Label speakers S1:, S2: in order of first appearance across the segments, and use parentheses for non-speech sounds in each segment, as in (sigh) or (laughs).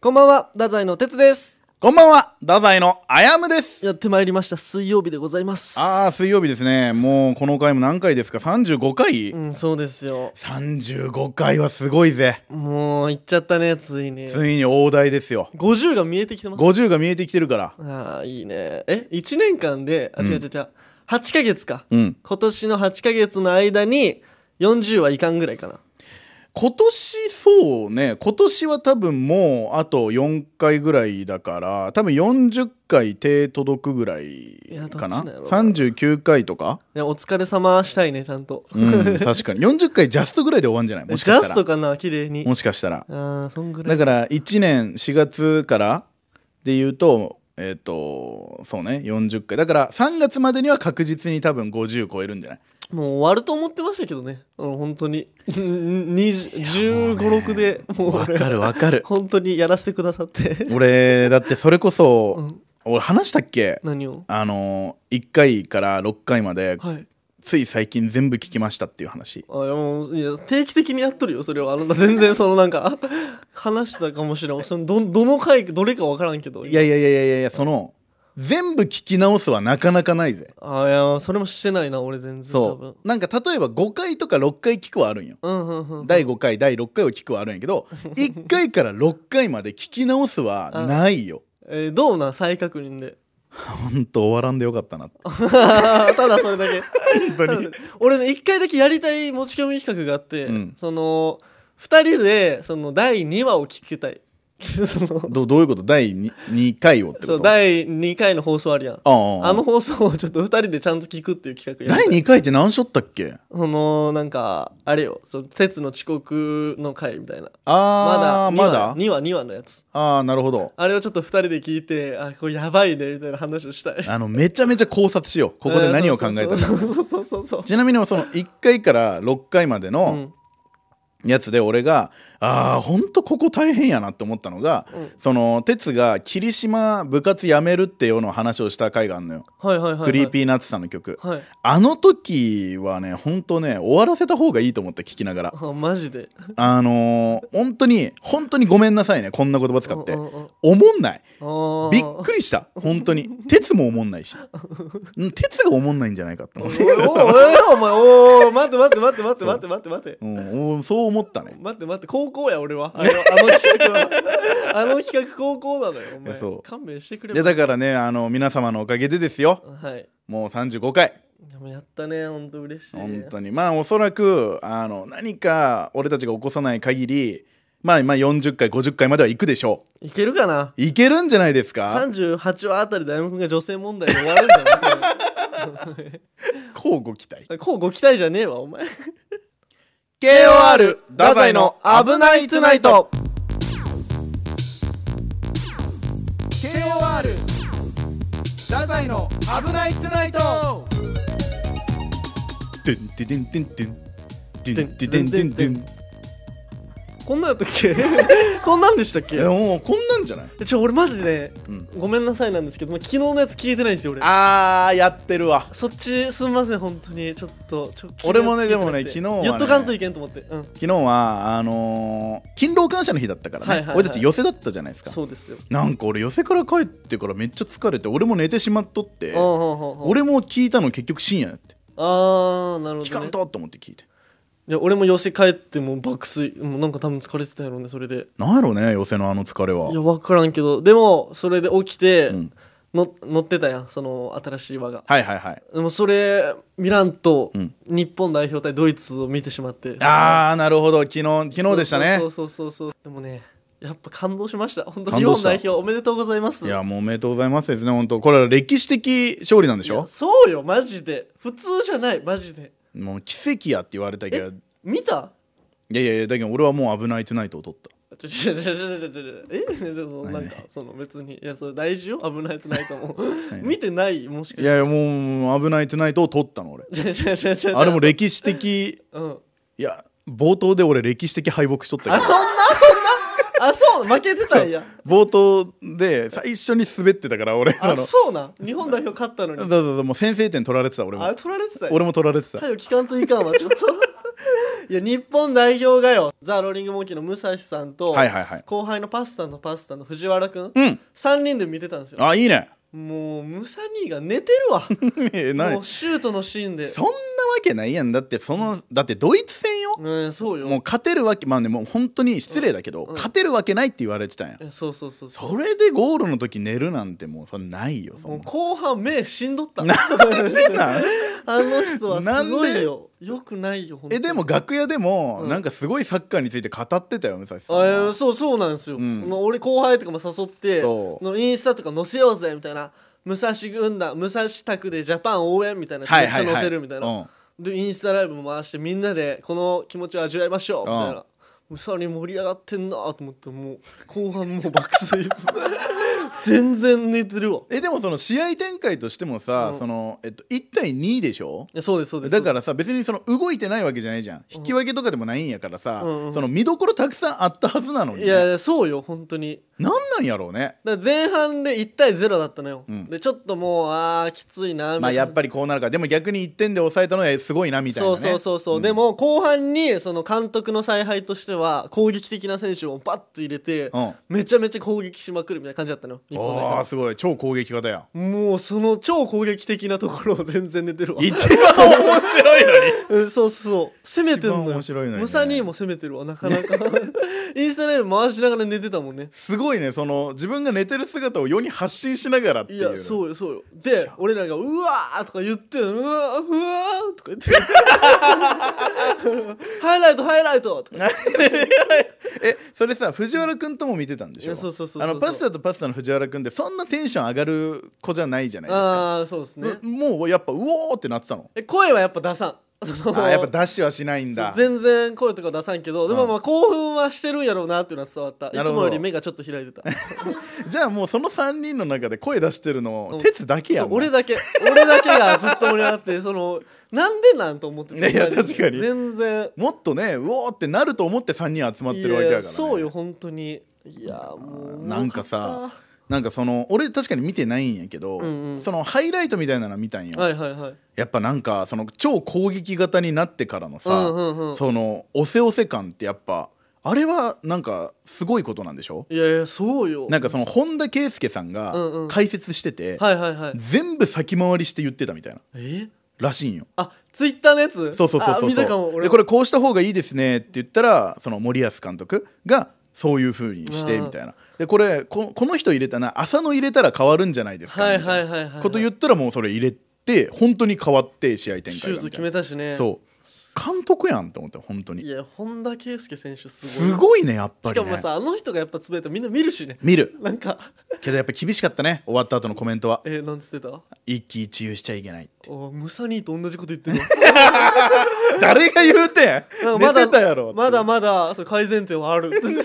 S1: こんばんは、太宰の哲です。
S2: こんばんは、太宰のあやむです。
S1: やってまいりました、水曜日でございます。
S2: ああ、水曜日ですね。もうこの回も何回ですか ?35 回、
S1: うん、そうですよ。
S2: ?35 回はすごいぜ。
S1: もう、行っちゃったね、ついに。
S2: ついに大台ですよ。
S1: 50が見えてきてます。
S2: 50が見えてきてるから。
S1: ああ、いいね。え、1年間で、あ、違う違う違う。8ヶ月か。
S2: うん。
S1: 今年の8ヶ月の間に、40はいかんぐらいかな。
S2: 今年そうね、今年は多分もうあと4回ぐらいだから、多分40回手届くぐらい
S1: やどっち
S2: か
S1: なん
S2: な。
S1: やろうな
S2: 39回とか、
S1: いや、お疲れ様したいね、ちゃんと。
S2: うん、確かに。40回ジャストぐらいで終わんじゃないもしか
S1: ジ
S2: し
S1: ャ
S2: た
S1: スト
S2: ら。
S1: かな、綺麗に。
S2: もしかしたら。
S1: ああ、そんぐら
S2: だ
S1: い。
S2: から1年4月からで言うとえっ、とそうね40回だから3月までには確実に多分50超えるんじゃない
S1: もう終わると思ってましたけどね。うん、本当に。15、6で、もう
S2: わ
S1: 俺は
S2: かるわかる
S1: 本当にやらせてくださって。
S2: 俺だってそれこそ、
S1: うん
S2: 俺話したっけ
S1: 何を
S2: あの1回から6回まで
S1: はい
S2: つい最近全部聞きましたっていう話
S1: あいやもういや定期的にやっとるよそれはあなた全然そのなんか (laughs) 話したかもしれんそのどどの回どれか分からんけど
S2: いやいやいやいやいやその全部聞き直すはなかなかないぜ
S1: あいやそれもしてないな俺全然多分
S2: そうなんか例えば5回とか6回聞くはあるんよ
S1: うんうんうん
S2: 第5回第6回を聞くはあるんや
S1: (laughs)
S2: けど1回から6回まで聞き直すはないよ。
S1: えーどうなん再確認で (laughs)
S2: ほんと終わらんでよかったなって
S1: ただそれだけ
S2: 本当に。
S1: 俺ね一回だけやりたい持ち込み企画があって、
S2: うん
S1: その2人でその第2話を聞きたい (laughs) その
S2: どどういうこと第 2, 回をってこと
S1: そう第2回の放送あるやん
S2: ああ
S1: あの放送をちょっと2人でちゃんと聞くっていう企画やりたい
S2: 第2回って何しょったっけ
S1: そのなんかあれよその鉄の遅刻の回みたいな
S2: ああ
S1: ま
S2: ま
S1: だ
S2: だ
S1: 2話2話のやつ
S2: ああなるほど。
S1: あれをちょっと2人で聞いてあこれやばいねみたいな話をしたい
S2: あのめちゃめちゃ考察しようここで何を考え
S1: か
S2: たか。
S1: そうそうそうそうそう
S2: ちなみにその1回から6回まで
S1: う
S2: の
S1: ん
S2: やつで俺が、ああほんとここ大変やなって思ったのが、
S1: うん
S2: その哲が霧島部活辞めるっていうのを話をした回があるのよ。
S1: はいはいはいはい
S2: クリーピーナッツさんの曲、
S1: はい
S2: あの時はねほんとね終わらせた方がいいと思って聞きな
S1: (laughs)
S2: がら
S1: あマジで
S2: あのー、本当に本当にごめんなさいねこんな言葉使って
S1: うんうんうん
S2: 思んない
S1: あー
S2: びっくりした本当に鉄も思
S1: (laughs)
S2: んないしうん鉄が思んないんじゃないかって思
S1: お
S2: っ
S1: い
S2: て、
S1: おいおいお前おい待って待って待って待って待って待って待って
S2: うん、おそう思ったね
S1: 待って待って高校や俺はあのあの企画はあの企画高校なのよお
S2: いやそ
S1: 前
S2: う
S1: 勘弁してくれ
S2: いやだからねあの皆様のおかげでですよ
S1: はい
S2: もう35回
S1: でもやったね本当嬉しい
S2: 本当にまあおそらくあの何か俺たちが起こさない限りまあまあ40回50回までは行くでしょ
S1: いけるかな
S2: ういけるんじゃないですか
S1: 38話あたりで歩夢君が女性問題で終わるんじゃ
S2: 交互期待
S1: ないこうご期待じゃねえわお前
S2: KOR 太宰の危ないトゥナイト
S1: KOR 太宰の危ないトゥナイト
S2: ドゥンドゥンドゥンドゥンドゥンドゥンドゥンドゥン
S1: こんなんやったっけ
S2: (laughs)
S1: こんなんでしたっ
S2: い
S1: け
S2: やもうこんなんじゃない、
S1: ちょ俺マジで
S2: うん、
S1: ごめんなさいなんですけどまあ昨日のやつ聞いてないんですよ俺
S2: あーやってるわ
S1: そっちすみません本当にちょっと直近のやつ
S2: 俺もね
S1: 聞いてなくて
S2: でもね昨日はね
S1: 言っとかんといけんと思ってうん
S2: 昨日はあのー、勤労感謝の日だったからね、
S1: はいはいはい
S2: 俺たち寄せだったじゃないですか
S1: そうですよ
S2: なんか俺寄せから帰ってからめっちゃ疲れて俺も寝てしまっとって
S1: うんうんうんうん
S2: 俺も聞いたの結局深夜やって
S1: あーなるほ
S2: 聞か
S1: ど、ね
S2: ん、とと思って聞いて
S1: いや俺も寄せ帰ってもう爆睡もうなんか多分疲れてたやろうねそれで
S2: なんやろうね寄せのあの疲れはい
S1: や分からんけどでもそれで起きて、
S2: うん
S1: の乗ってたやんその新しい輪が
S2: はいはいはい
S1: でもそれ見らんと、
S2: うん
S1: 日本代表対ドイツを見てしまって
S2: (laughs) ああなるほど昨日昨日でしたね
S1: そうそうそうそうそうでもねやっぱ感動しました本当に日
S2: 感動
S1: 本
S2: した
S1: 代表おめでとうございます
S2: いやもうおめでとうございますですね本当これは歴史的勝利なんでし
S1: いや
S2: ょ
S1: そうよマジで普通じゃないマジで
S2: もう奇跡やって言われたけどい
S1: 見た
S2: やいやいやだけど俺はもう「危ないトゥナイト」を取った
S1: ちょちょちょちょちょちょえでもなんかその別にいやそれ大事よ危ないとないと思う
S2: い
S1: 見てないもしか
S2: いやいやもう「危ないトゥナイト」を取ったの俺
S1: 違う違う違う違う
S2: あれも歴史的
S1: うん
S2: いや冒頭で俺歴史的敗北しとった
S1: あ
S2: (laughs) け
S1: そん
S2: ど
S1: なそんなあそう負けてたんや
S2: 冒頭で最初に滑ってたから俺あ
S1: あ
S2: の
S1: そうなん日本代表勝ったの
S2: そう
S1: に
S2: そうそうもう先制点取られてた俺も
S1: あ取られてたんや
S2: 俺も取られてた
S1: はよ聞かんといかんわちょっと (laughs) いや日本代表がよザ・ローリング・モンキーの武蔵さんと、
S2: はいはいはい
S1: 後輩のパスタのパスタの藤原くん
S2: うん
S1: 3人で見てたんですよ
S2: あいい (laughs) ね
S1: もうムサニーが寝てるわ
S2: えな
S1: もうシュートのシーンで
S2: そんなわけないやんだってそのだってドイツ戦よ
S1: うんそうよ
S2: もう勝てるわけまあねもう本当に失礼だけど、
S1: うん
S2: 勝てるわけないって言われてたんや、
S1: えそうそうそうそう
S2: それでゴールの時寝るなんてもうそれないよそ
S1: もうん後半目死んどった
S2: ななんでなん
S1: (laughs) あの人はすごいよよくないよほんと
S2: え
S1: に
S2: でも楽屋でも、
S1: うん
S2: なんかすごいサッカーについて語ってたよ武蔵さん
S1: あえー
S2: は
S1: そうそうなんですよ、
S2: うん
S1: まあ俺後輩とかも誘って
S2: そう
S1: のインスタとか載せようぜみたいな武蔵軍団武蔵宅でジャパン応援みたいなめっちゃ載せるみたいな、
S2: うん
S1: でインスタライブも回してみんなでこの気持ちを味わいましょうみたいな、
S2: うん
S1: もうさらに盛り上がってんなと思ってもう後半もう爆睡 (laughs) 全然寝てるわ
S2: えでもその試合展開としてもさ、
S1: うん
S2: そのえっと、1対2でしょ
S1: いやそうですそうです
S2: だかららさ別にその動いてないわけじゃないじゃん引き分けとかでもないんやからさ、
S1: うんうん
S2: その見どころたくさんあったはずなのに
S1: いやいやそうよ本当に
S2: なんなんやろうね
S1: だから前半で1対0だったのよ、
S2: うん
S1: でちょっともうあーきついなみ
S2: ま
S1: た
S2: あ
S1: いな、
S2: やっぱりこうなるからでも逆に1点で抑えたのはすごいなみたいな、
S1: そ
S2: ね、
S1: うそうそうそう、
S2: ん
S1: でも後半にその監督の采配としては攻撃的な選手をバッと入れて、
S2: うん
S1: めちゃめちゃ攻撃しまくるみたいな感じだったのよ日本代
S2: あ
S1: 表
S2: あすごい超攻撃
S1: (laughs)
S2: 型や
S1: もうその超攻撃的なところを全然寝てるわ
S2: 一番面白いのに
S1: うんそうそう攻めてんの
S2: 一番
S1: よ
S2: 面白いのにね
S1: ムサニーも攻めてるわなかな
S2: (laughs)
S1: かインスタライブ回しながら寝てたもんね
S2: すごいねその自分が寝てる姿を世に発信しながらってい
S1: いうやそうよそうよで俺らが「うわー!」とか言
S2: (laughs)
S1: って「 (laughs) うわーうわー!」とか言ってハイライトハイライト!」とか言って
S2: えそれさ藤原君とも見てたんでし
S1: い
S2: ょ
S1: やそうそうそうそう
S2: あのパスタとパスタの藤原君ってそんなテンション上がる子じゃないじゃないですか
S1: ああそうですね
S2: うもうやっぱうおーってなってたの
S1: え声はやっぱ出さん (laughs) そ
S2: あ
S1: の
S2: ーやっぱダッシュはしないんだ
S1: 全然声とか出さんけどで
S2: う
S1: も
S2: ん
S1: まあ興奮はしてるんやろうなっていうのは伝わったいつ
S2: なるほど
S1: もより目がちょっと開いてた
S2: じゃあもうその3人の中で声出してるの
S1: うん
S2: 鉄だけや
S1: そ
S2: ん
S1: う
S2: もう
S1: 俺だけ俺だけがずっと盛り上がってそのなんでなんと思ってた
S2: いや確かに
S1: 全然
S2: もっとねうおーってなると思って3人集まってるわけだか
S1: いや
S2: ら、ね、
S1: そうよ本当にいやもう
S2: なんかさなんかその俺確かに見てないんやけど、
S1: うんうん
S2: そのハイライトみたいなの見たんよ、
S1: はいはいはい
S2: やっぱなんかその超攻撃型になってからのさ、
S1: うんうんうん
S2: そのおせおせ感ってやっぱあれはなんかすごいことなんでしょ
S1: いやいやそうよ
S2: なんかその本田圭佑さん
S1: うんう
S2: が
S1: ん
S2: 解説してて、
S1: はいはいはい
S2: 全部先回りして言ってたみたいな
S1: え
S2: らしいんよ
S1: あツイッターのやつ
S2: そうそうそうそう
S1: あ見たかも
S2: で
S1: 俺
S2: これこうした方がいいですねって言ったらその森保監督がそういう風にして
S1: うん
S2: みたいなでこれここの人入れたな浅野入れたら変わるんじゃないですか
S1: はい
S2: みた
S1: はいい
S2: な
S1: はいはい
S2: こと言ったらもうそれ入れて本当に変わって試合展開がみ
S1: シ
S2: たい
S1: ュ
S2: な
S1: ート決めたしね
S2: そう監督やんと思って本当
S1: い
S2: に
S1: や本田圭佑選手すごい
S2: すごいねやっぱ
S1: し
S2: り
S1: か
S2: ね
S1: もさあの人がやっぱつぶやいたらみんな見るしね (laughs)
S2: 見る
S1: なんか
S2: けどやっぱ厳しかったね終わった後のコメントは
S1: えー、なんつってた
S2: 一喜一憂しちゃいけないって
S1: おムサニーと同じこと言って (laughs) るわ
S2: 誰が言うてん
S1: なんか
S2: 寝
S1: まだ
S2: てたやろって
S1: まだまだそれ改善点はあ (laughs) る寝起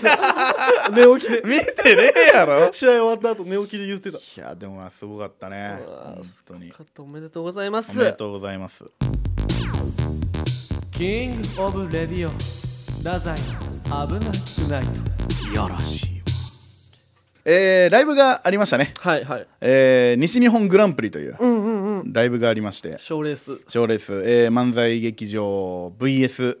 S1: きで (laughs)
S2: 見てねえやろ
S1: 試合終わった後寝起きで言ってた
S2: いやでもまあすごかったね
S1: うわー
S2: 本
S1: す
S2: 当に
S1: 勝ったおめでとうございます
S2: おめでとうございます
S1: キングオブレディオ太宰危なくない
S2: いやらしいえーライブがありましたね、
S1: はいはい
S2: えー西日本グランプリという
S1: うんうんうん
S2: ライブがありまして
S1: 賞レース
S2: 賞レース、えー漫才劇場 VS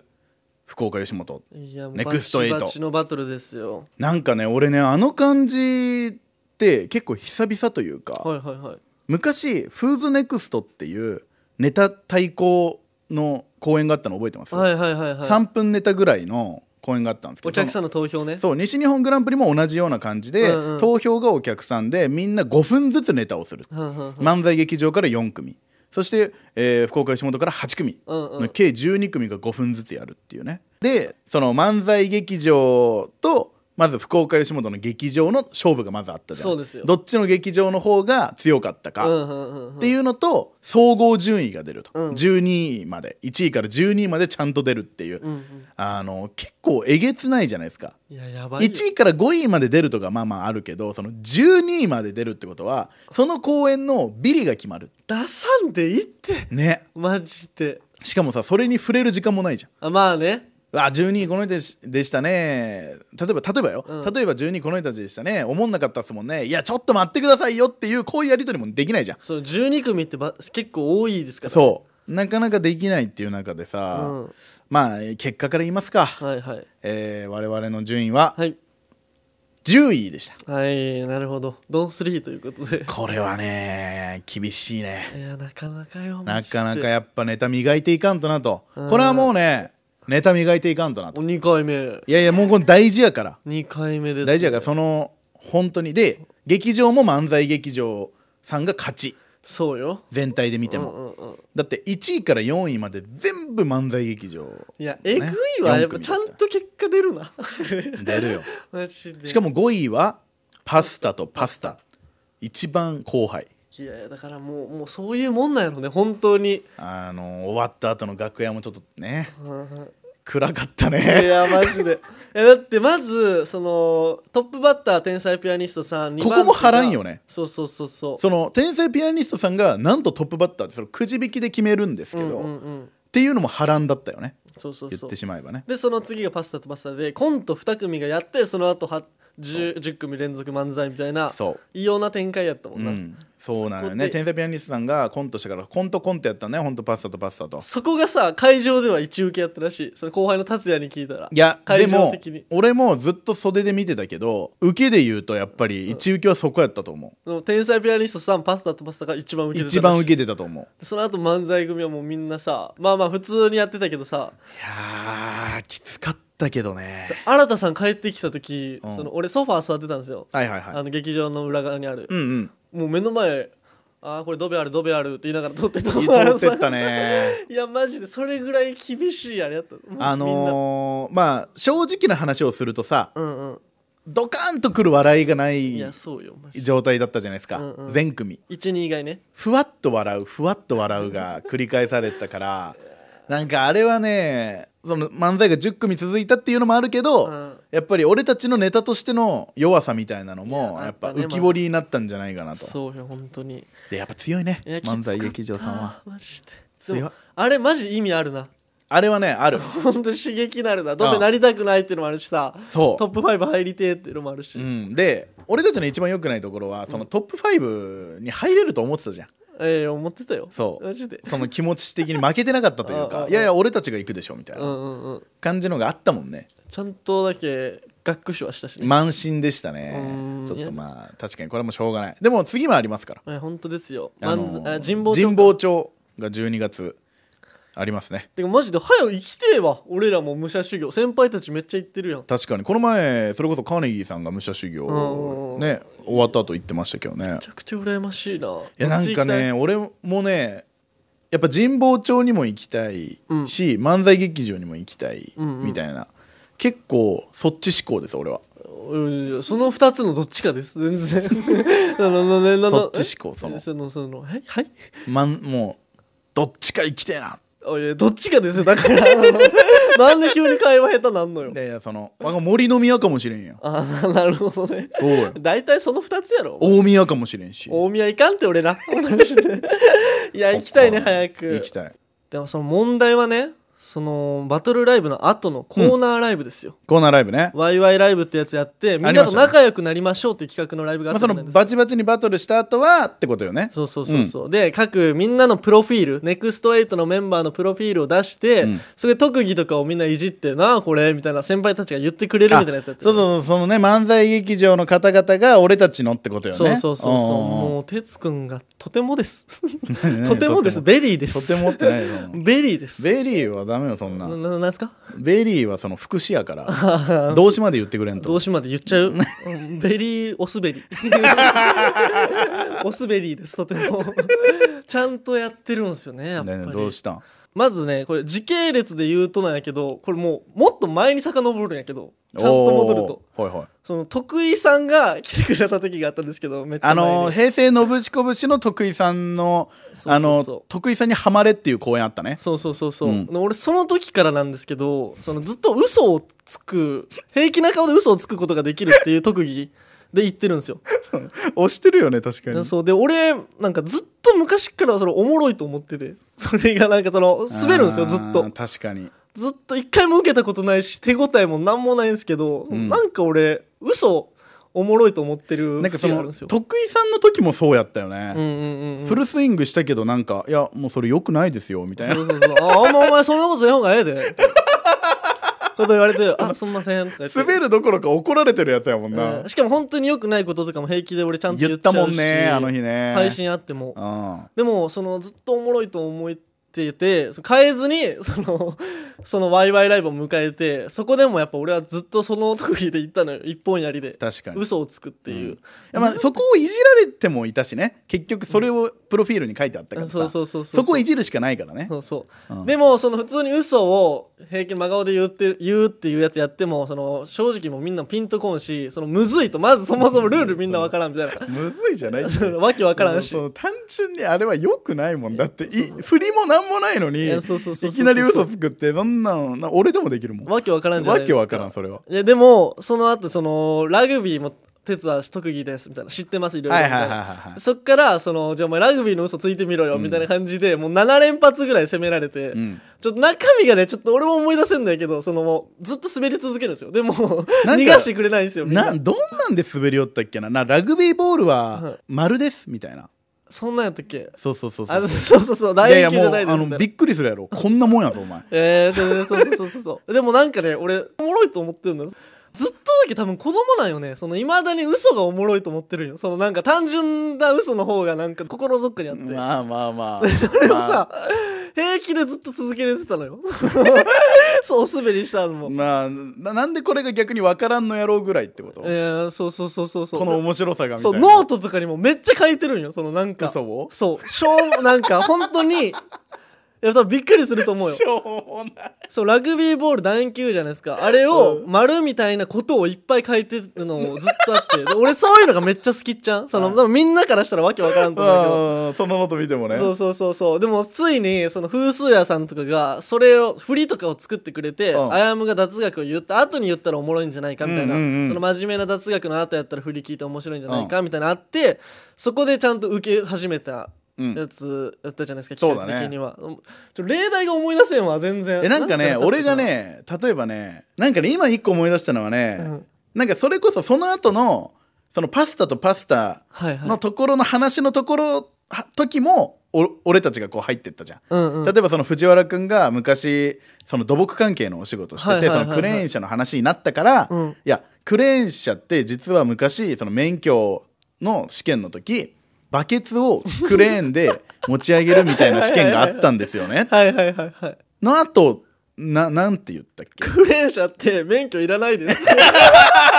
S2: 福岡吉本
S1: いやもう
S2: ネクスト
S1: バ
S2: エイ
S1: チ
S2: ト
S1: バチのバトルですよ
S2: なんかね俺ねあの感じって結構久々というか、
S1: はいはいはい
S2: 昔フーズネクストっていうネタ対抗の公演があったの覚えてます、
S1: はいはいはいはい
S2: 3分ネタぐらいの公演があったんですけど
S1: お客さ
S2: ん
S1: んの投票ね
S2: そう西日本グランプリも同じような感じで、
S1: うんうん
S2: 投票がお客さんでみんな5分ずつネタをする、
S1: はんはんはん
S2: 漫才劇場から4組そして、えー福岡吉本から8組
S1: うんう
S2: の
S1: ん
S2: 計12組が5分ずつやるっていうねでその漫才劇場とまず福岡吉本の劇場の勝負がまずあったじゃん
S1: そうですよ
S2: どっちの劇場の方が強かったか、
S1: うんうんうんうん
S2: っていうのと総合順位が出ると、
S1: うん
S2: 12位まで1位から12位までちゃんと出るっていう、
S1: うんうん
S2: あの結構えげつないじゃないですか
S1: いややばいよ
S2: 1位から5位まで出るとかまあまああるけどその12位まで出るってことはその公演のビリが決まる
S1: 出さんでいいって
S2: ね
S1: マジで
S2: しかもさそれに触れる時間もないじゃん
S1: あまあね
S2: あ12位この人でしでしたね例えば例えばよ、
S1: うん
S2: 例えば12位この人たちでしたね思んなかったっすもんねいやちょっと待ってくださいよっていうこういうやり取りもできないじゃん
S1: その12組ってば結構多いですから
S2: そうなかなかできないっていう中でさ、
S1: うん
S2: まあ結果から言いますか、
S1: はいはい
S2: えー我々の順位は
S1: はい
S2: 10位でした、
S1: はいなるほどドンスリーということで
S2: これはね厳しいね
S1: いやなかなかよ
S2: なかなか
S1: や
S2: やっぱネタ磨いていかんとなと
S1: うん
S2: これはもうねネタ磨いていかんとなと
S1: 2回目
S2: いやいやもうこれ大事やから
S1: 2回目です
S2: 大事やからその本当にで劇場も漫才劇場さんが勝ち
S1: そうよ
S2: 全体で見て
S1: うん
S2: も、
S1: うんうん
S2: だって1位から4位まで全部漫才劇場
S1: いやえぐいわ、
S2: ね
S1: やっぱちゃんと結果出る
S2: (laughs)
S1: な
S2: 出るよ
S1: マジ (laughs) で
S2: しかも5位はパスタとパスタ一番後輩
S1: いやいやだからもうもうそういうもんなんやろね本当に、
S2: あの終わった後の楽屋もちょっとね
S1: うん
S2: 暗かった
S1: い
S2: ね
S1: やマジでえだってまずそのトップバッター天才ピアニストさん
S2: ここも波乱よ
S1: ね
S2: ね
S1: そうそうそうそう
S2: その天才ピアニストさんがなんとトップバッターってそれくじ引きで決めるんですけど、
S1: うんうん
S2: っ
S1: うん、
S2: ていうのも波乱だったよね
S1: そうそう
S2: 言
S1: そう
S2: ってしまえばね
S1: でその次がパスタとパスタでコント2組がやってその後は 10, 10組連続漫才みたいな
S2: そう
S1: 異様な展開やったも
S2: うん
S1: な、
S2: ん、そうなのよ
S1: そこ
S2: ね
S1: で
S2: 天才ピアニストさんがコントしたからコントコントやったねほんとパスタとパスタと
S1: そこがさ会場では一受けやったらしいその後輩の達也に聞いたら
S2: いやで
S1: 会場
S2: も
S1: 的に
S2: 俺もずっと袖で見てたけど受けで言うとやっぱり一受けはそこやったと思
S1: その天才ピアニストさんパスタとパスタが一番
S2: う
S1: 受けてたらしい
S2: 一番受けてたと思う
S1: その後漫才組はもうみんなさまあまあ普通にやってたけどさ
S2: いやーきつかったけどね
S1: 新田さん帰ってきた時、
S2: うん
S1: その俺ソファー座ってたんですよ、
S2: はいはい
S1: あ
S2: は
S1: の
S2: い
S1: 劇場の裏側にある、
S2: う
S1: (laughs)
S2: んうん
S1: もう目の前「ああこれドベあるドベある」って言いながら撮ってた
S2: 通ってったね
S1: (laughs) いやマジでそれぐらい厳しいあれやったもうみんな
S2: あのー、まあ正直な話をするとさ
S1: うんうん
S2: ドカーンとくる笑いがないい
S1: やそうよマジで
S2: 状態だったじゃないですか、
S1: うんうん
S2: 全組
S1: 12以外ね
S2: ふわっと笑うふわっと笑
S1: (laughs)
S2: うが繰り返されてたからなんかあれはねその漫才が10組続いたっていうのもあるけど、
S1: うん
S2: やっぱり俺たちのネタとしての弱さみたいなの
S1: い
S2: も
S1: や
S2: やっぱ
S1: やっぱね
S2: 浮き彫りになったんじゃないかなと
S1: そうよ本当に
S2: でやっぱ強いね
S1: いやきつかった
S2: 漫才劇場さんは
S1: マジで
S2: 強い
S1: でもあれマジ意味あるな (laughs)
S2: あれはねある
S1: 本当に刺激になるなドベなりたくないっていうのもあるしさ
S2: そ
S1: トップ5入りてえっていうのもあるし、
S2: う、うん、で俺たちの一番良くないところはそのトップ5に入れると思ってたじゃん
S1: ええ思ってたよ
S2: そう
S1: マジで
S2: その気持ち的に負けてなかったという
S1: ああ
S2: か
S1: あ
S2: いやいや俺たちが行くでしょみたいうなん
S1: うんうん
S2: 感じのがあったもんね
S1: ちゃんとだけ学習はしたしね、
S2: 満身でした
S1: う
S2: ね
S1: ん
S2: ちょっとまあ確かにこれもしょうがないでも次もありますから
S1: え本当ですよ
S2: あ
S1: あ
S2: の
S1: あ神保町
S2: 神保町が12月ありますね
S1: てかマジで早く生きてえわ俺らも武者修行先輩たちめっちゃ行ってるやん
S2: 確かにこの前それこそカーネギーさんが武者修行
S1: うんうんうん
S2: ね終わった後言ってましたけどね
S1: めちゃくちゃ羨ましいない
S2: いやなんかね俺もねやっぱ神保町にも行きたいし、漫才劇場にも行きたい
S1: うんうん
S2: みたいな、結構そっち志向です俺は
S1: うんその2つのどっちかです全
S2: (laughs)
S1: 然あのあのねあの
S2: そっち思考その
S1: えそのそのえはい
S2: まんもうどっちか行きたいな
S1: あいやどっちかですよだから (laughs) あのなんで急に会話下手なんのよ
S2: いやいやそのわが森の宮かもしれんや
S1: あーなるほどね
S2: そうよ
S1: 大体その2つやろ
S2: 大宮かもしれんし
S1: 大宮行かんって俺らマジ
S2: (laughs)
S1: でいや行きたいね早く
S2: 行きたい
S1: でもその問題はねそのバトルライブの後のコーナーライブですよ、
S2: コーナーライブね
S1: ワイワイライブってやつやってみ
S2: あ
S1: ん
S2: り
S1: な
S2: まし
S1: と
S2: たね
S1: 仲良くなりましょうっていう企画のライブが
S2: ま
S1: あ
S2: あ、
S1: った
S2: そ
S1: じゃ
S2: の
S1: ないですか、
S2: バチバチにバトルした後はってことよね
S1: そうそうそうそう、で各みんなのプロフィールネクスト8のメンバーのプロフィールを出して、
S2: うん
S1: それで特技とかをみんないじってなあこれみたいな先輩たちが言ってくれるみたいなやつやって
S2: そうそうそうそのね漫才劇場の方々が俺たちのってことよね
S1: そうそうそうそうん
S2: んん
S1: もう哲くんがとてもです
S2: 何何
S1: とてもですベリーです
S2: とてもってないよその
S1: ベリーです
S2: ベリーはダメよそん
S1: な
S2: な
S1: ななんすか
S2: ベリーはその福祉
S1: (laughs)
S2: やから動詞まで言ってくれん
S1: 動
S2: と
S1: 詞まで言っちゃううんベリーおすべ
S2: (laughs)
S1: りおすべりですとてもちゃんとやってるんですよねやっぱり、
S2: ねどうしたん
S1: まずねこれ時系列で言うとなんやけどこれもうもっと前に遡るんやけどちゃんと戻ると
S2: おーはいはい
S1: その徳井さんが来てくれた時があったんですけどめっちゃ
S2: あ
S1: 前に
S2: のー平成のぶしこぶしの徳井さんの
S1: そうそうそう
S2: あのー徳井さんにハマれっていう公演あっ
S1: (laughs)
S2: たね
S1: そうそうそうそう、
S2: うん
S1: で俺その時からなんですけどそのずっと嘘をつく平気な顔で嘘をつくことができるっていう特技で言ってるんですよ
S2: 押してるよね確かに
S1: そうで俺なんかずっと昔からそれおもろいと思って (laughs) てそれがなんかその滑るんですよずっ
S2: あ
S1: と
S2: ー確かに
S1: ずっと一回も受けたことないし手応えも何もないんですけど、
S2: うん
S1: なんか俺嘘おもろいと思ってる
S2: なんかそ
S1: 節があるん
S2: の
S1: ですよ。
S2: 徳井さんの時もそうやったよ
S1: うん
S2: ね、
S1: うんうんうん
S2: フルスイングしたけどなんかいやもうそれ良くないですよみたいな
S1: そうそうそうああんまお前そんなことせん方がええでこと言われて「あすんません」とか言って
S2: 滑るどころか怒られてるやつやもんな、
S1: うんしかも本当に良くないこととかも平気で俺ちゃんと
S2: 言
S1: 言
S2: っ
S1: っちゃ
S2: た
S1: うし
S2: もんねあの日ね
S1: 配信あっても
S2: うん
S1: でもそのずっとおもろいと思っててその変えずに (laughs) そのそのワイワイライブを迎えてそこでもやっぱ俺はずっとその特技で行ったのよ一本やりで
S2: 確かにい
S1: 嘘をつくっていう、
S2: やまあそこをいじられてもいたしね結局それをプロフィールに書いてあったからさ、
S1: そうそうそうそう
S2: そこをいじるしかないからね
S1: そうそう
S2: うん
S1: でもその普通に嘘を平気真顔で言ってる言うっていうやつやってもその正直もうみんなピンとこんしそのむずいとまずそもそもルールみんなわからんみたいな
S2: むずいじゃない
S1: (laughs) わけわからんし
S2: そうそう単純にあれはよくないもんだってい振りもなんもないのに
S1: い
S2: い
S1: やそうそうそうそう
S2: きなり嘘つくってそんなのな俺でもできるもん
S1: わけわからんじゃない
S2: わ
S1: です
S2: け
S1: か
S2: わからんそれはい
S1: やでもその後そのラグビーも哲は特技ですみたいな知ってますいろいろ
S2: はい
S1: み
S2: は
S1: た
S2: い
S1: い
S2: はい
S1: な
S2: はい
S1: そっからそのじゃあお前ラグビーの嘘ついてみろよみたいな感じで、もう7連発ぐらい攻められて、
S2: うん
S1: ちょっと中身がねちょっと俺も思い出せんだけどそのもうずっと滑り続けるんですよでも逃がしてくれないんですよみん
S2: な
S1: なん
S2: どんなんで滑り寄ったっけななラグビーボール
S1: う
S2: は
S1: ん
S2: 丸ですみたいな
S1: そんなんやったっけ
S2: そうそうそうそ
S1: あ
S2: う
S1: のそうそうそう、
S2: いや
S1: 大
S2: いや
S1: 人気
S2: も
S1: じ
S2: う
S1: ゃないで
S2: あ
S1: すみた
S2: の
S1: いな
S2: びっくりするやろこんなもんやぞお前
S1: えー、そうそうそうそうそうそう。でもなんかね、俺、おもろいと思ってるのよ。ずっとだけ多分子供なんよね。その、いまだに嘘がおもろいと思ってるんよ。そのなんか単純な嘘の方がなんか心のどっかにあって。
S2: まあまあま
S1: (laughs)
S2: あ
S1: それをさ、平気でずっと続けれてたの
S2: (laughs)
S1: よ。そう、お滑りしたのも。
S2: まあななんでこれが逆に分からんのやろうぐらいってこと
S1: えー、そうそうそうそうそう。
S2: この面白さがみた
S1: そ、
S2: いうな
S1: ノートとかにもめっちゃ書いてるんよ。そのなんか。
S2: 嘘を
S1: そう、しょう、なんか本当に、いや、多分びっくりすると
S2: (laughs)
S1: 思うよ。
S2: しょうもない
S1: そうラグビーボール楕球じゃないですかあれを丸みたいなことをいっぱい書いてるのをずっとあってで俺そういうのがめっちゃ好きっちゃんその、
S2: はい
S1: 多分みんなからしたらわけわからんと思うけど。
S2: うんそのノート見てもね
S1: そうそうそうそうでもついにその風数屋さんとかがそれを振りとかを作ってくれて、
S2: うん
S1: あやむが脱学を言った後に言ったらおもろいんじゃないかみたいな、
S2: うんうんうん
S1: その真面目な脱学の後やったら振り聞いて面白いんじゃないかみたいなのあって、そこでちゃんと受け始めた
S2: うん
S1: やつやったじゃないですか、
S2: そうだね
S1: 企画的には、うんちょ例題が思い出せんわ全然
S2: えなんか
S1: な
S2: ね
S1: だった
S2: 俺
S1: っけな
S2: がね例えばねなんかね今一個思い出したのはね、
S1: うん
S2: なんかそれこそその後のそのパスタとパスタ
S1: はいはい、
S2: のところの話のところ、は時もお俺たちがこう入ってったじゃん。
S1: うんうん、
S2: 例えばその藤原君が昔その土木関係のお仕事をしてて、
S1: はいはいはいはい
S2: そのクレーン車の話になったから、
S1: うん
S2: いやクレーン車って実は昔その免許の試験の時バケツをクレーンで持ち上げるみたいな試験があったんです
S1: (laughs)
S2: よね。
S1: はいはいはいはい。
S2: のあとななんて言ったっけ
S1: クレーン車って免許いらないです。 (laughs)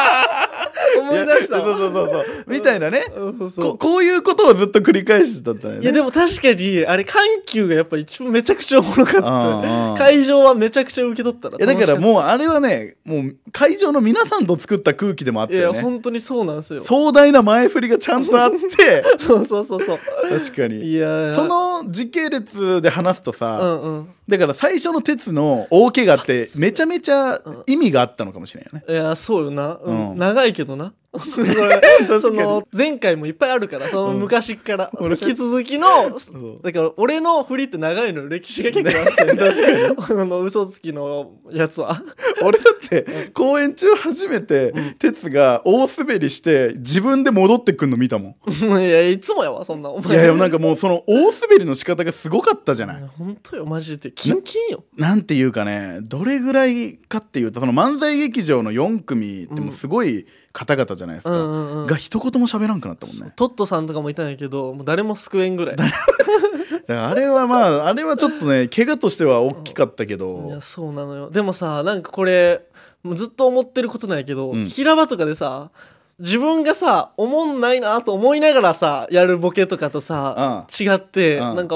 S1: 思い出した
S2: いや
S1: わ。
S2: そうそうそうそうみたいなね、
S1: うんそうそう
S2: ここういうことをずっと繰り返してたんだよね
S1: いやでも確かにあれ緩急がやっぱ一番めちゃくちゃおもろか
S2: うんうん
S1: った会場はめちゃくちゃ受け取ったら
S2: いやだから
S1: う
S2: もうあれはねもう会場の皆さんと作った空気でもあった
S1: いや
S2: よね
S1: 本当にそうなんですよ
S2: 壮大な前振りがちゃんとあって
S1: (laughs) そうそうそうそう
S2: 確かに
S1: (laughs) いやー
S2: その時系列で話すとさ、
S1: うんうん
S2: だから最初の鉄の大怪我ってめちゃめちゃ意味があったのかもしれないよね
S1: いやそうよな、うん
S2: うん
S1: 長いけど (laughs) なこれその前回もいっぱいあるからその昔から、引き続きの
S2: う
S1: だから俺の振りって長いのよ歴史が結構あ
S2: (laughs)
S1: って、確かにあの嘘つきのやつは (laughs)
S2: 俺だって公演中初めて鉄が大滑りして自分で戻ってくんの見たもん
S1: いやいつもやわそんなお
S2: い
S1: 前
S2: やいやなんかもうその大滑りの仕方がすごかったじゃない
S1: 本当よマジでキンキンよ
S2: なんていうかねどれぐらいかっていうとその漫才劇場の4組ってもうすごい方々じゃないですか、
S1: うんうんうん
S2: が一言も喋らんくなったもんね
S1: トットさんとかもいたんやけどもう誰も救えんぐらい
S2: だからあれはまああれはちょっとね怪我としては大きかったけ
S1: い
S2: ど
S1: やそうなのよでもさなんかこれもうずっと思ってることなんやけど、
S2: うん
S1: 平場とかでさ自分がさおもんないなと思いながらさやるボケとかとさ、違って、
S2: うん
S1: なんか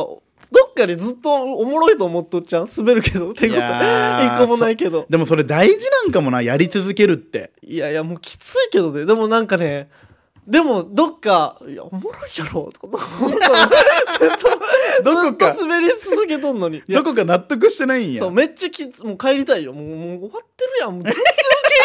S1: どっかでずっとおもろいと思っとっちゃん滑るけど手応え
S2: いやー
S1: (laughs) 一個もないけど
S2: でもそれ大事なんかもなやり続けるって
S1: いやいやもうきついけどねでもなんかねでもどっか「いやおもろいやろ」とか (laughs)
S2: (laughs)
S1: ずっ
S2: どことか
S1: 滑り続けとんのに。
S2: どこか納得してないんや
S1: そうめっちゃきつもう帰りたいよもうもう終わってるやんもう全然い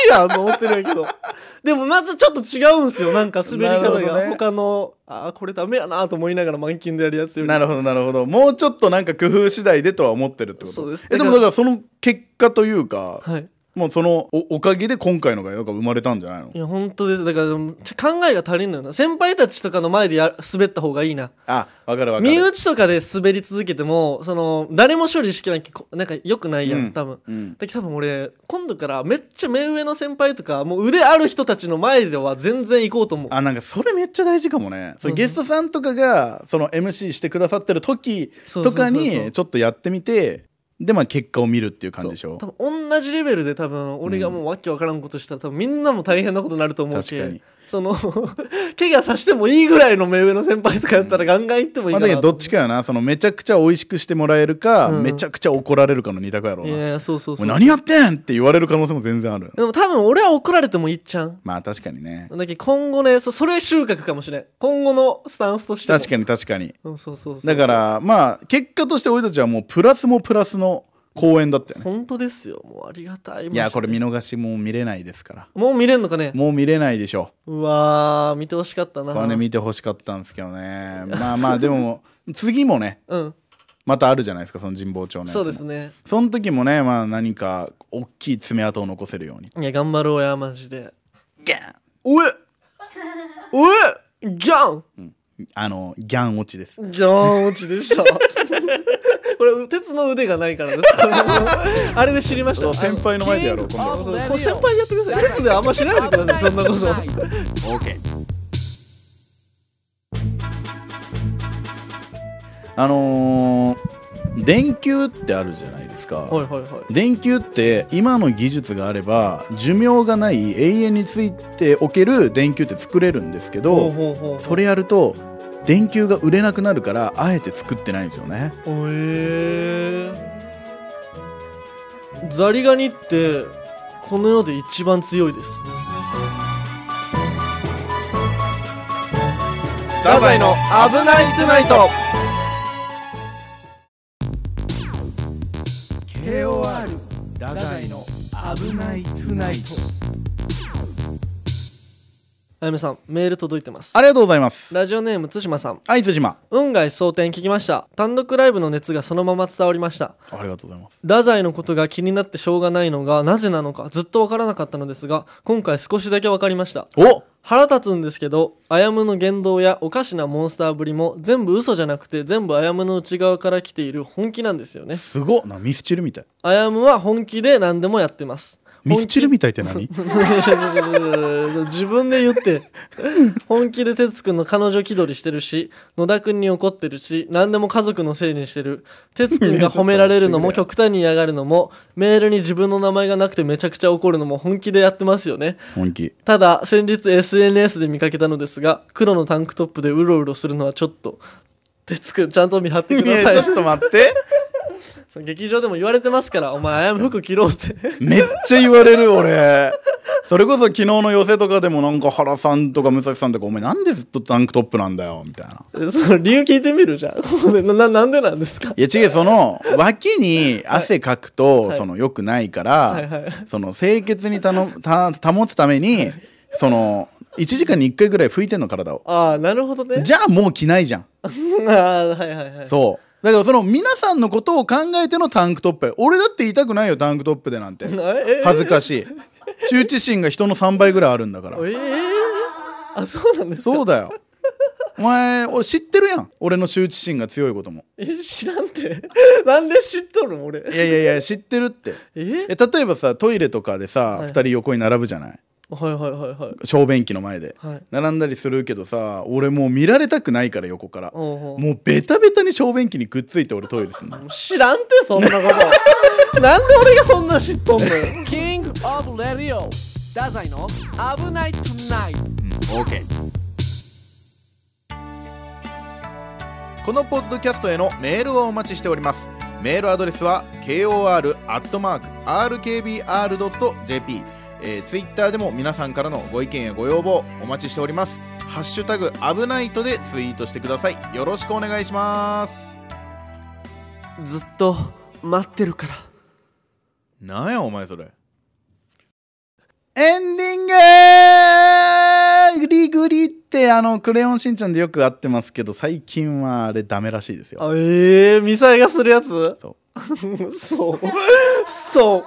S1: けんやんと思ってるんやけど (laughs) でもまたちょっと違うんすよなんか滑り
S2: なる
S1: 方
S2: ほど
S1: が、
S2: ね
S1: 他のあーこれダメやなと思いながら満勤でやるやつより
S2: なるほどなるほどもうちょっとなんか工夫次第でとは思ってるってこと
S1: そうです
S2: えでもだからその結果というか、
S1: はい
S2: もうそのおおかげで今回のがなんか生まれたんじゃないの
S1: いや本当ですだから考えが足りんのよな先輩たちとかの前でや滑った方がいいな
S2: あわかるわかる
S1: 身内とかで滑り続けてもその誰も処理しきらんきこなんか良くないやん、
S2: うん
S1: 多分
S2: うん
S1: だけど多分俺今度からめっちゃ目上の先輩とかもう腕ある人たちの前では全然行こうと思う
S2: あなんかそれめっちゃ大事かもね、そ
S1: う
S2: れ
S1: ん
S2: ゲストさんとかがその MC してくださってる時
S1: そうそうそ
S2: と
S1: うそ
S2: か
S1: う
S2: にちょっとやってみてでまあ結果を見るっていう感じでしょ
S1: 多分同じレベルで多分俺がもうわけわからんことしたら多分みんなも大変なことになると思うし
S2: 確かに
S1: その (laughs) 怪我さしてもいいぐらいの目上の先輩とかやったらガンガン行ってもいい
S2: まあ、
S1: か
S2: だ
S1: な
S2: け
S1: と
S2: ど
S1: 思う、
S2: どっちかやなそのめちゃくちゃ美味しくしてもらえるか、
S1: うん
S2: めちゃくちゃ怒られるかの二択やろう
S1: い
S2: な、
S1: やいやそうそう
S2: お
S1: そう
S2: 前何やってんって言われる可能性も全然ある
S1: でも多分俺は怒られてもいいっちゃん
S2: まあ確かにね
S1: だけど今後ねそそれ収穫かもしれん今後のスタンスとしても
S2: 確かに確かに
S1: うんそうそうそうそう
S2: だからまあ結果として俺たちはもうプラスもプラスの公演だったよね
S1: 本当ですよもうありがたい
S2: いやこれ見逃しもう見れないですから
S1: もう見れんのかね
S2: もう見れないでしょ
S1: うわー見てほしかったな
S2: これね見てほしかったんですけどねまあまあでも次もね
S1: うん
S2: またあるじゃないですかその神保町のやつも
S1: そうですね
S2: その時もねまあ何か大きい爪痕を残せるように
S1: いや頑張ろうやマジで
S2: ギャン
S1: おえおえギャン
S2: あのギャン落ちです
S1: ギャン落ちでしたこれ鉄の腕がないからですあれで知りまし
S2: そう
S1: た
S2: 先輩の前でやろう今
S1: あのそう
S2: 度
S1: これ先輩にやってください鉄であんま知らないでくださいそんなこと
S2: OK あのー電球ってあるじゃないですか、
S1: はいはいはい
S2: 電球って今の技術があれば寿命がない永遠についておける電球って作れるんですけど
S1: ほうほうほう
S2: それやると電球が売れなくなるからあえて作ってないんですよね
S1: へえザリガニってこの世で一番強いです
S2: 太宰の危ないトゥナイト
S3: KOR
S2: 太
S3: 宰の危ないトゥナイト
S1: あやめさんメール届いてます
S2: ありがとうございます
S1: ラジオネーム対馬さん
S2: はい対馬
S1: 運外蒼天聞きました単独ライブの熱がそのまま伝わりました
S2: ありがとうございます
S1: 太宰のことが気になってしょうがないのがなぜなのかずっとわからなかったのですが今回少しだけわかりました
S2: お
S1: 腹立つんですけどアヤムの言動やおかしなモンスターぶりも全部嘘じゃなくて全部アヤムの内側から来ている本気なんですよね
S2: すごっなミスチルみたい
S1: アヤムは本気で何でもやってます
S2: ミスチルみたい (laughs) って
S1: 本
S2: 何
S1: 気 (laughs) 自分で言って本気で哲くんの彼女気取りしてるし野田くんに怒ってるし何でも家族のせいにしてる哲くんが褒められるの
S2: (laughs)
S1: も極端に嫌がるのもメールに自分の名前がなくてめちゃくちゃ怒るのも本気でやってますよね
S2: 本気
S1: ただ先日 SNS で見かけたのですが黒のタンクトップでうろうろするのはちょっと哲くんちゃんと見張ってく
S2: い
S1: だ
S2: や
S1: さい
S2: ちょっと待って
S1: その劇場でも言われてますからお前あやむ服着ろって (laughs)
S2: めっちゃ言われる俺それこそ昨日の寄せとかでもなんか原さんとか武蔵さんとか「お前なんでずっとタンクトップなんだよ」みたいな
S1: えその理由聞いてみるじゃん。 (laughs) ここでなななんでなんですか。 (laughs)
S2: いや違うその脇に汗かくと、
S1: はい
S2: その良くないから、
S1: いはい
S2: その清潔にたの
S1: (laughs)
S2: た保つためにその1時間に1回ぐらい拭いてんの体を
S1: ああなるほどね。
S2: じゃあもう着ないじゃん
S1: ああはいはいはい。
S2: そうだからその皆さんのことを考えてのタンクトップ俺だって言いたくないよタンクトップでなんて
S1: ええ
S2: 恥ずかしい羞恥心が人の3倍ぐらいあるんだから
S1: ええあそうなんですか。
S2: そうだよお前俺知ってるやん俺の羞恥心が強いことも
S1: え知らんて。 (laughs) なんで知っとるの俺。
S2: いやいやいや知ってるって
S1: え
S2: (laughs) え例えばさトイレとかでさ、
S1: はい
S2: 2人横に並ぶじゃない
S1: はいはいはいはい。
S2: 小便器の前で、
S1: はい
S2: 並んだりするけどさ俺もう見られたくないから横から
S1: おうおう
S2: もうベタベタに小便器にくっついて俺トイレすんの
S1: 知らんてそんな
S2: (laughs)
S1: こと。なんで俺がそんな知っとんのよ。
S3: キングオブレディオダザイの危ないトゥナイト
S2: このポッドキャストへのメールをお待ちしておりますメールアドレスは kor.rkbr.jp えー、ツイッターでも皆さんからのご意見やご要望お待ちしておりますハッシュタグ危ないとでツイートしてくださいよろしくお願いします
S1: ずっと待ってるから。
S2: なんやお前それエンディンググリグリってれあの「クレヨンしんちゃん」でよく会ってますけど最近はあれダメらしいですよ
S1: あええー、ミサイがするや
S2: (laughs)
S1: つ
S2: そ
S1: そう。そう。 (laughs)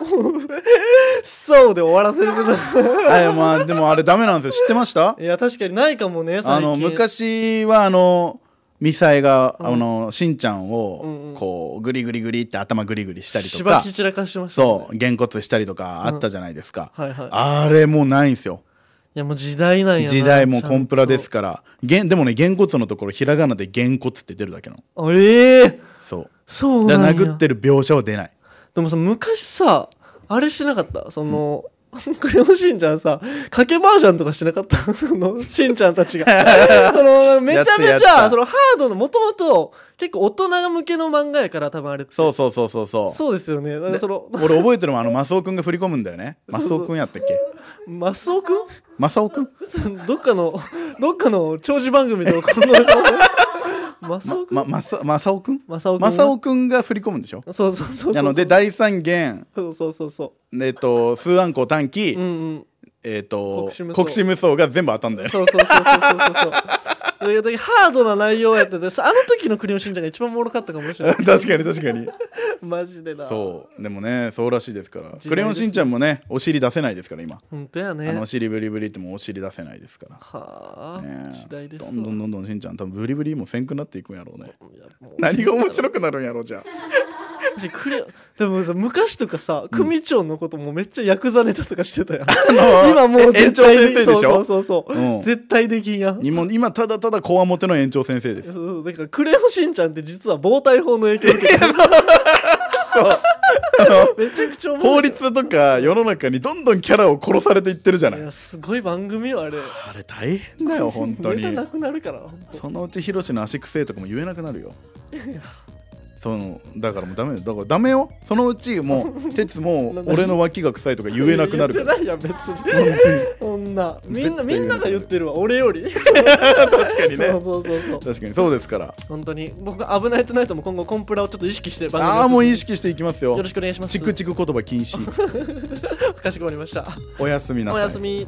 S1: そうで終わらせること。
S2: うあいやまあでもあれダメなんですよ知ってました
S1: いや、確かにないかもね、最近。
S2: あの昔はあのミサイが、
S1: うん
S2: あのしんちゃん
S1: うんう
S2: を
S1: ん
S2: こうグリグリグリって頭グリグリしたりと
S1: しば
S2: か
S1: き散らかしました、ね。
S2: そうげんこつしたりとかあったじゃないですか、
S1: うんはいはい
S2: あれもうないんですよ
S1: いや、もう時代なんやな。
S2: 時代もう
S1: ちゃんと
S2: コンプラです。からげんでもねげんこつのところひらがなでげんこつって出るだけなの
S1: あええー、
S2: そう
S1: そう
S2: だ
S1: なん
S2: から
S1: や。
S2: 殴ってる描写は出ない
S1: でもさ、昔さ、あれしなかったその、 (laughs) クレヨンしんちゃんさ、賭けバージョンとかしなかった (laughs) その、しんちゃんたちが。 (laughs)
S2: (laughs)
S1: その、めちゃめ
S2: やっ
S1: ち
S2: たや
S1: ゃ、
S2: った
S1: その、ハードの、もともと、結構大人向けの漫画やから、多分あれって
S2: そうそうそうそうそう
S1: そうですよね。だからその、
S2: 俺覚えてるもんあのマサオくんが振り込むんだよねマサオくんやったっけ
S1: マスオくん (laughs)
S2: マサオくん
S1: そのどっかの、どっかの長寿番組とか、この (laughs) 人マスオくん、
S2: (laughs) ま、マサマサオくん
S1: マサオくんが
S2: マサオくんが振り込むんでしょ
S1: そうそうそうそう。
S2: なので、第三元
S1: そうそうそうそ
S2: えっと数アンコ短期、
S1: う。うんうん。
S2: えっと
S1: 国士無双
S2: 国士無双が全部当たんだよね
S1: そうそうそうそうそうそう。いやだからハードな内容やっててさあの時のクレヨンしんちゃんが一番おもろかったかもしれ
S2: (laughs)
S1: ない
S2: 確かに確かに
S1: マジでな
S2: そうでもねそうらしいですから「
S1: すね
S2: クレヨンしんちゃん」もねお尻出せないですから今、
S1: 本当やね
S2: あのお
S1: は
S2: 尻ブリブリってもうお尻出せないですから
S1: あ、
S2: ね
S1: 時代です
S2: ど
S1: わ
S2: んどんどんどんしんちゃん多分ブリブリもせんくなっていくんやろう
S1: (laughs)
S2: ね
S1: いやもう
S2: 何が面白くなるんやろうじゃあ
S1: クレヨンでもさ昔とかさ組長のこともめっちゃヤクザネタとかして
S2: (laughs)
S1: たやん (laughs) 今もう
S2: 園
S1: 絶
S2: 長
S1: 対
S2: 先
S1: で
S2: 生でしょ
S1: そうそうそうそう、
S2: うん
S1: 絶対できんやん
S2: にも今ただただこわもての園長先生です
S1: そうそうだからクレヨンしんちゃんって実は防体法の影響を受けてるめちゃくちゃおもろい
S2: 法律とか世の中にどんどんキャラを殺されていってるじゃないい
S1: やすごい番組よあれ
S2: あれ大変だよ本当
S1: ネタ
S2: に
S1: なくなるからほんと
S2: そのうちヒロシの足くせえとかも言えなくな (laughs) るよそのだからもうダメよだからダメよそのうちも (laughs) う鉄も
S1: な
S2: う俺の脇が臭いとか言えなくなるか
S1: 言
S2: ら
S1: ってないやん別に
S2: 本当に
S1: そんなみん
S2: 絶
S1: な
S2: 対
S1: み
S2: 言え
S1: ん
S2: ない
S1: なが言ってるわ俺より
S2: (laughs) 確かに
S1: そ
S2: ね
S1: うそうそうそう
S2: 確かにそうですから
S1: 本当に僕危ないトナイトも今後コンプラをちょっと意識して番組を
S2: (laughs) ああもう意識していきますよ
S1: よろしくお願いします
S2: チクチク言葉禁止
S1: かしこまりました
S2: おやすみな
S1: お
S2: さい
S1: やすみ